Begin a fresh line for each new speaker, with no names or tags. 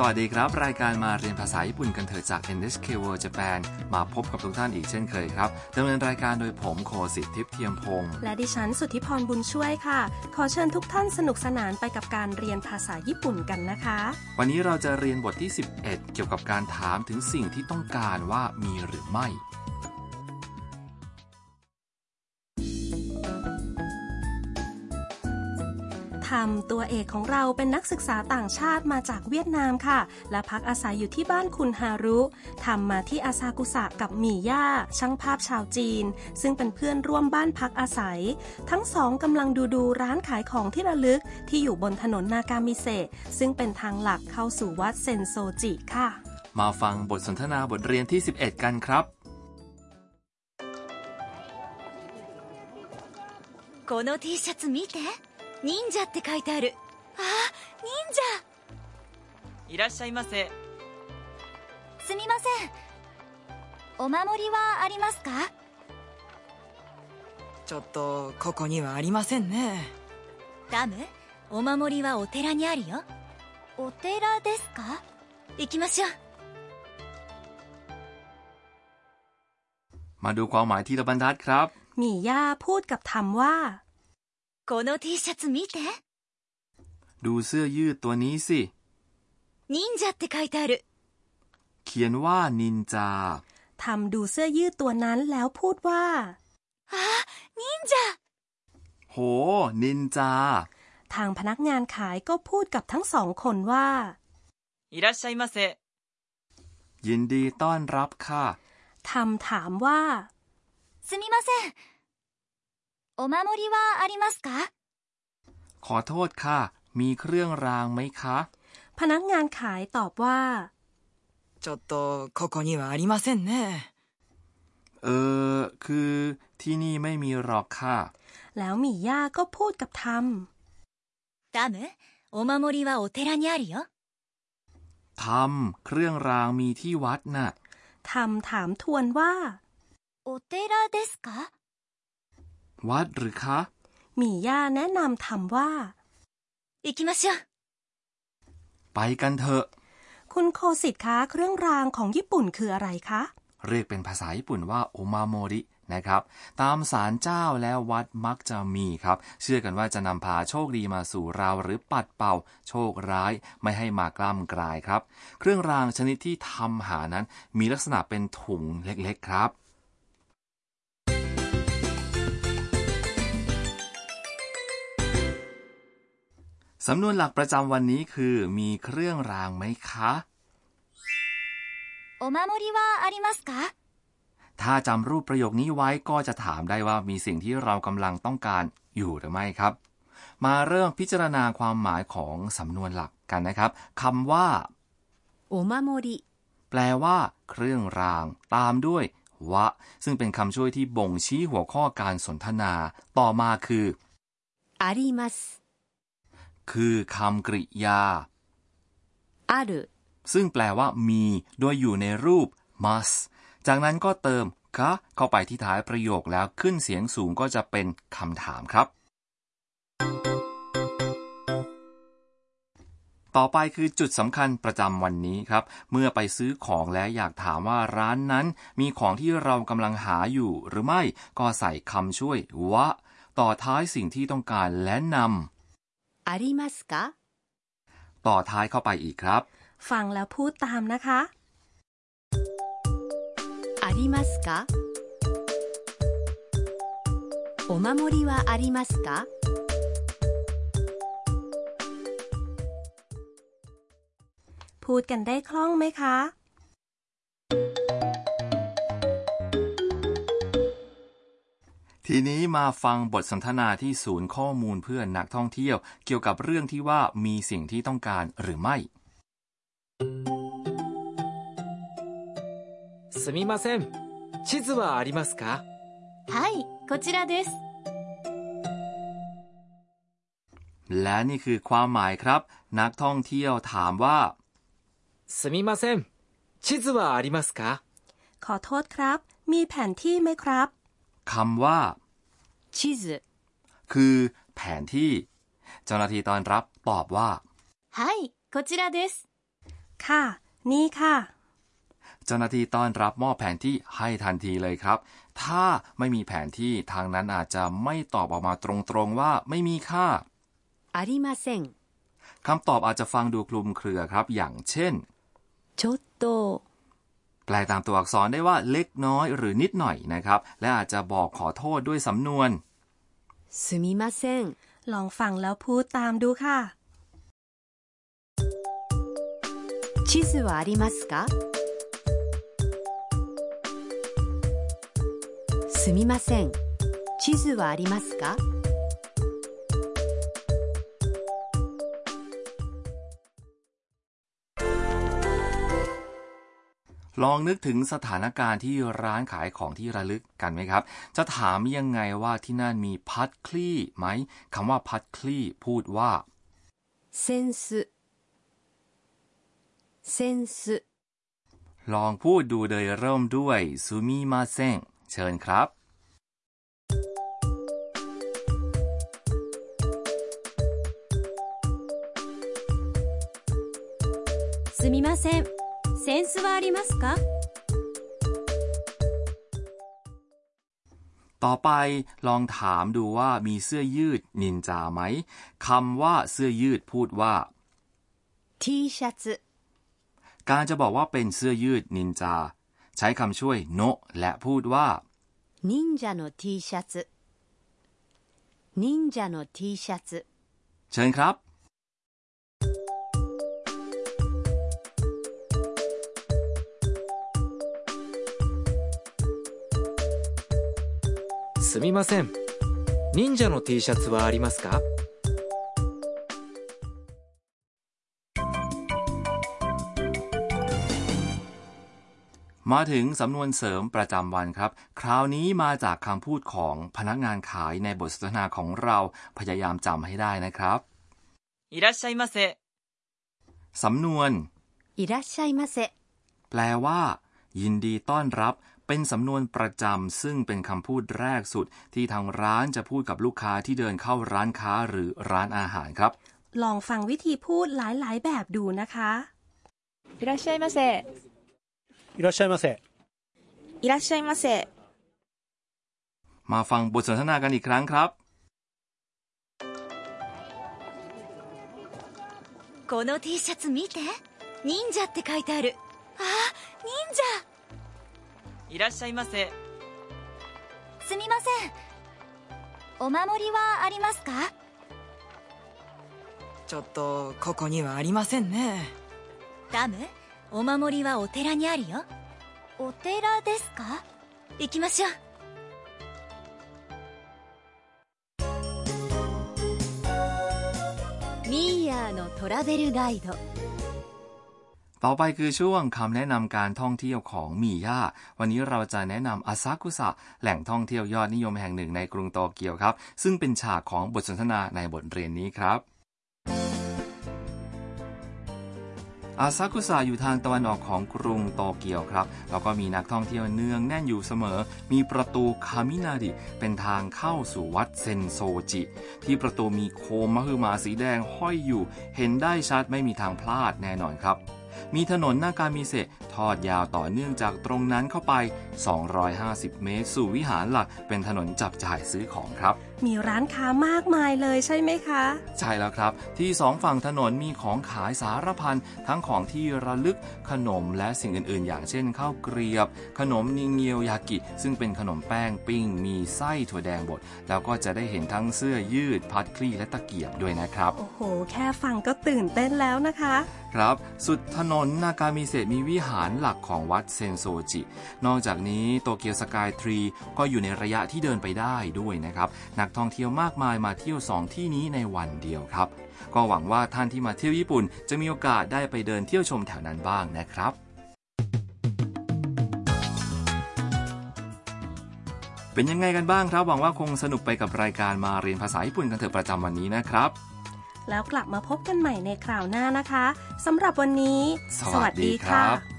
สวัสดีครับ รายการมาเรียนภาษาญี่ปุ่นกันเถอะจาก NHK World Japan มาพบกับทุกท่านอีกเช่นเคยครับดำเนินรายการโดยผมโคสิทธิ์ทิพย์เทียมพงศ์
และดิฉันสุทธิพรบุญช่วยค่ะ ขอเชิญทุกท่านสนุกสนานไปกับการเรียนภาษาญี่ปุ่นกันนะคะ
วันนี้เราจะเรียนบทที่ 11 เกี่ยวกับการถามถึงสิ่งที่ต้องการว่ามีหรือไม่
ทำตัวเอกของเราเป็นนักศึกษาต่างชาติมาจากเวียดนามค่ะ และพักอาศัยอยู่ที่บ้านคุณฮารุทำมาที่อาซากุสะกับหมี่ย่า ช่างภาพชาวจีน ซึ่งเป็นเพื่อนร่วมบ้านพักอาศัย ทั้งสองกำลังดูดูร้านขายของที่ระลึกที่อยู่บนถนนนากามิเซะซึ่งเป็นทางหลักเข้าสู่วัดเซนโซจิค่ะ
มาฟังบทสนทนาบทเรียนที่ 11 กันครับ
この T シャツ見て忍者って書いてあるあー忍者
いらっしゃいませ
すみませんお守りはありますか
ちょっとここにはありませんね
ダムお守りはお寺にあるよお寺ですか行きましょう
มาดูความหมายที่ละบรรทัดครับ
หมี่ย่าพูดกับทำว่า
この T シャツ見て
ดูเสื้อยืดตัวนี้สิ
忍者って書いてある
เขียนว่านินจา
ทำดูเสื้อยืดตัวนั้นแล้วพูดว่า
あー忍者
โห นินจา
ทางพนักงานขายก็พูดกับทั้งสองคนว่า
いらっしゃいませ
ยินดีต้อนรับค่ะ
ทำถามว่า
すみませんお守りはありますか
ขอโทษค่ะ มีเครื่องรางไหมคะ
พนักงานขายตอบว่า
ちょっとここにはありませんね
เออ คือที่นี่ไม่มีหรอกค่ะ
แล้วหมี่ย่าก็พูดกับท
ダムお守りはお寺にあるよ
ทำเครื่องรางมีที่วัดน่ะ
ำทำถามทวนว่า
お寺ですか
วัดหรือคะ
หมี่ย่าแนะนำทำว่า
行きましょう
ไปกันเถอะ
คุณโคสิทธิ์คะเครื่องรางของญี่ปุ่นคืออะไรคะ
เรียกเป็นภาษาญี่ปุ่นว่าโอมาโมรินะครับ ตามศาลเจ้าและวัดมักจะมีครับ เชื่อกันว่าจะนำพาโชคดีมาสู่เราหรือปัดเป่า โชคร้ายไม่ให้มากล้ำกลายครับ เครื่องรางชนิดที่ทำหานั้น มีลักษณะเป็นถุงเล็กๆครับ สำนวนหลักประจำวันนี้คือ มีเครื่องรางไหมคะ
お守りはありますか
ถ้าจำรูปประโยคนี้ไว้ก็จะถามได้ว่ามีสิ่งที่เรากำลังต้องการอยู่หรือไม่ครับ มาเริ่มพิจารณาความหมายของสำนวนหลักกันนะครับคำว่า
お守り
แปลว่า เครื่องราง ตามด้วย วะ ซึ่งเป็นคำช่วยที่บ่งชี้หัวข้อการสนทนา ต่อมาคือ
あります
คือคำกริยา
ある
ซึ่งแปลว่ามี โดยอยู่ในรูป must จากนั้นก็เติมคะเข้าไปที่ท้ายประโยคแล้วขึ้นเสียงสูงก็จะเป็นคำถามครับ ต่อไปคือจุดสำคัญประจำวันนี้ครับ เมื่อไปซื้อของและอยากถามว่าร้านนั้น มีของที่เรากำลังหาอยู่หรือไม่ ก็ใส่คำช่วย วะ ต่อท้ายสิ่งที่ต้องการและน
ありますか
ำต่อท้ายเข้าไปอีกครับ
ฟังแล้วพูดตามนะคะ
ありますかお守りはありますか
พูดกันได้คล่องไหมคะ
ทีนี้มาฟังบทสนทนาที่ศูนย์ข้อมูลเพื่อนนักท่องเที่ยว เกี่ยวกับเรื่องที่ว่ามีสิ่งที่ต้องการหรือไม่
すみません地図はありますか
はいこちらです
และนี่คือความหมายครับ นักท่องเที่ยวถามว่า
すみません地図はありますか
ขอโทษครับ มีแผนที่ไหมครับ
คำว่า
地図
คือแผนที่ เจ้าหน้าที่ตอนรับตอบว่า
はいこちらです
ค่ะ นี่ค่ะ
เจ้าหน้าที่ต้อนรับมอบแผนที่ให้ทันทีเลยครับ ถ้าไม่มีแผนที่ทางนั้นอาจจะไม่ตอบออกมาตรงๆว่าไม่มีค่า
ありません。
คำตอบอาจจะฟังดูคลุมเครือครับ อย่างเช่น
ちょっと、
แปลตามตัวอักษรได้ว่าเล็กน้อยหรือนิดหน่อยนะครับ และอาจจะบอกขอโทษด้วยสำนวน
すみません。
ลองฟังแล้วพูดตามดูค่ะ
地図はありますかすみません。地図はありますか
ลองนึกถึงสถานการณ์ที่ร้านขายของที่ระลึกกันไหมครับ จะถามยังไงว่าที่นั่นมีพัดคลี่ไหมคำว่าพัดคลี่พูดว่า
センス。センス。
ลองพูดดูโดยเริ่มด้วยซูมิมาเซงเชิญครับ
すみませんセンスはありますか
ต่อไปลองถามดูว่ามีเสื้อยืดนินจาไหมคำว่าเสื้อยืดพูดว่า
T シャツ。
การจะบอกว่าเป็นเสื้อยืดนินจา ใช้คำช่วยโนะและพูดว่า
忍者の T シャツ。忍者の T シャツ。
เชิญครับ
すみません忍者の T シャツはありますか
มาถึงสำนวนเสริมประจำวันครับ คราวนี้มาจากคำพูดของพนักงานขายในบทสนทนาของเราพยายามจำให้ได้นะครับ
いらっしゃいませ。
สำนวน
いらっしゃいませ。
แปลว่า ยินดีต้อนรับ เป็นสำนวนประจำซึ่งเป็นคำพูดแรกสุด ที่ทางร้านจะพูดกับลูกค้าที่เดินเข้าร้านค้าหรือร้านอาหารครับ
ลองฟังวิธีพูดหลายๆ แบบดูนะคะ
いらっしゃいませ。
いらっしゃいませ。
いらっしゃいませ。
มาฟังบทสนทนากันอีกครั้งครับ
この T シャツ見て忍者って書いてあるあー忍
いらっしゃいませ。
者すみませんお守りはありますか
ちょっと、ここにはありませんね。
ダムお守りはお寺にあるよお寺ですか行きましょう
ミーヤーのトラベルガイド。
ต่อไปคือช่วงคำแนะนำการท่องเที่ยวของมีย่า วันนี้เราจะแนะนำอาซากุสะแหล่งท่องเที่ยวยอดนิยมแห่งหนึ่งในกรุงโตเกียวครับ ซึ่งเป็นฉากของบทสนทนาในบทเรียนนี้ครับ อาซากุสะอยู่ทางตะวันออกของกรุงโตเกียวครับ แล้วก็มีนักท่องเที่ยวเนืองแน่นอยู่เสมอ มีประตูคามินาริเป็นทางเข้าสู่วัดเซนโซจิ ที่ประตูมีโคมมหึมาสีแดงห้อยอยู่ เห็นได้ชัดไม่มีทางพลาดแน่นอนครับ มีถนนนากามิเซะทอดยาวต่อเนื่องจากตรงนั้นเข้าไป 250 เมตร สู่วิหารหลัก เป็นถนนจับจ่ายซื้อของครับ
มีร้านค้ามากมายเลยใช่ไหมคะ
ใช่แล้วครับ ที่สองฝั่งถนนมีของขายสารพันทั้งของที่ระลึกขนมและสิ่งอื่น ๆ อย่างเช่นข้าวเกรียบ ขนมนิเงียวยากิ ซึ่งเป็นขนมแป้งปิ้ง มีไส้ถั่วแดงบดแล้วก็จะได้เห็นทั้งเสื้อยืดพัดคลี่และตะเกียบด้วยนะครับ
โอ้โห แค่ฟังก็ตื่นเต้นแล้วนะคะ
ครับ สุดถนนนากามิเซะมีวิหารหลักของวัดเซนโซจิ นอกจากนี้โตเกียวสกายทรีก็อยู่ในระยะที่เดินไปได้ด้วยนะครับ นักท่องเที่ยวมากมายมาเที่ยว 2 ที่นี้ในวันเดียวครับ ก็หวังว่าท่านที่มาเที่ยวญี่ปุ่น จะมีโอกาสได้ไปเดินเที่ยวชมแถวนั้นบ้างนะครับ เป็นยังไงกันบ้างครับ หวังว่าคงสนุกไปกับรายการมาเรียนภาษาญี่ปุ่นกันเถอะประจำวันนี้นะครับ
แล้วกลับมาพบกันใหม่ในคราวหน้านะคะสำหรับวันนี้
สวัสดีครับ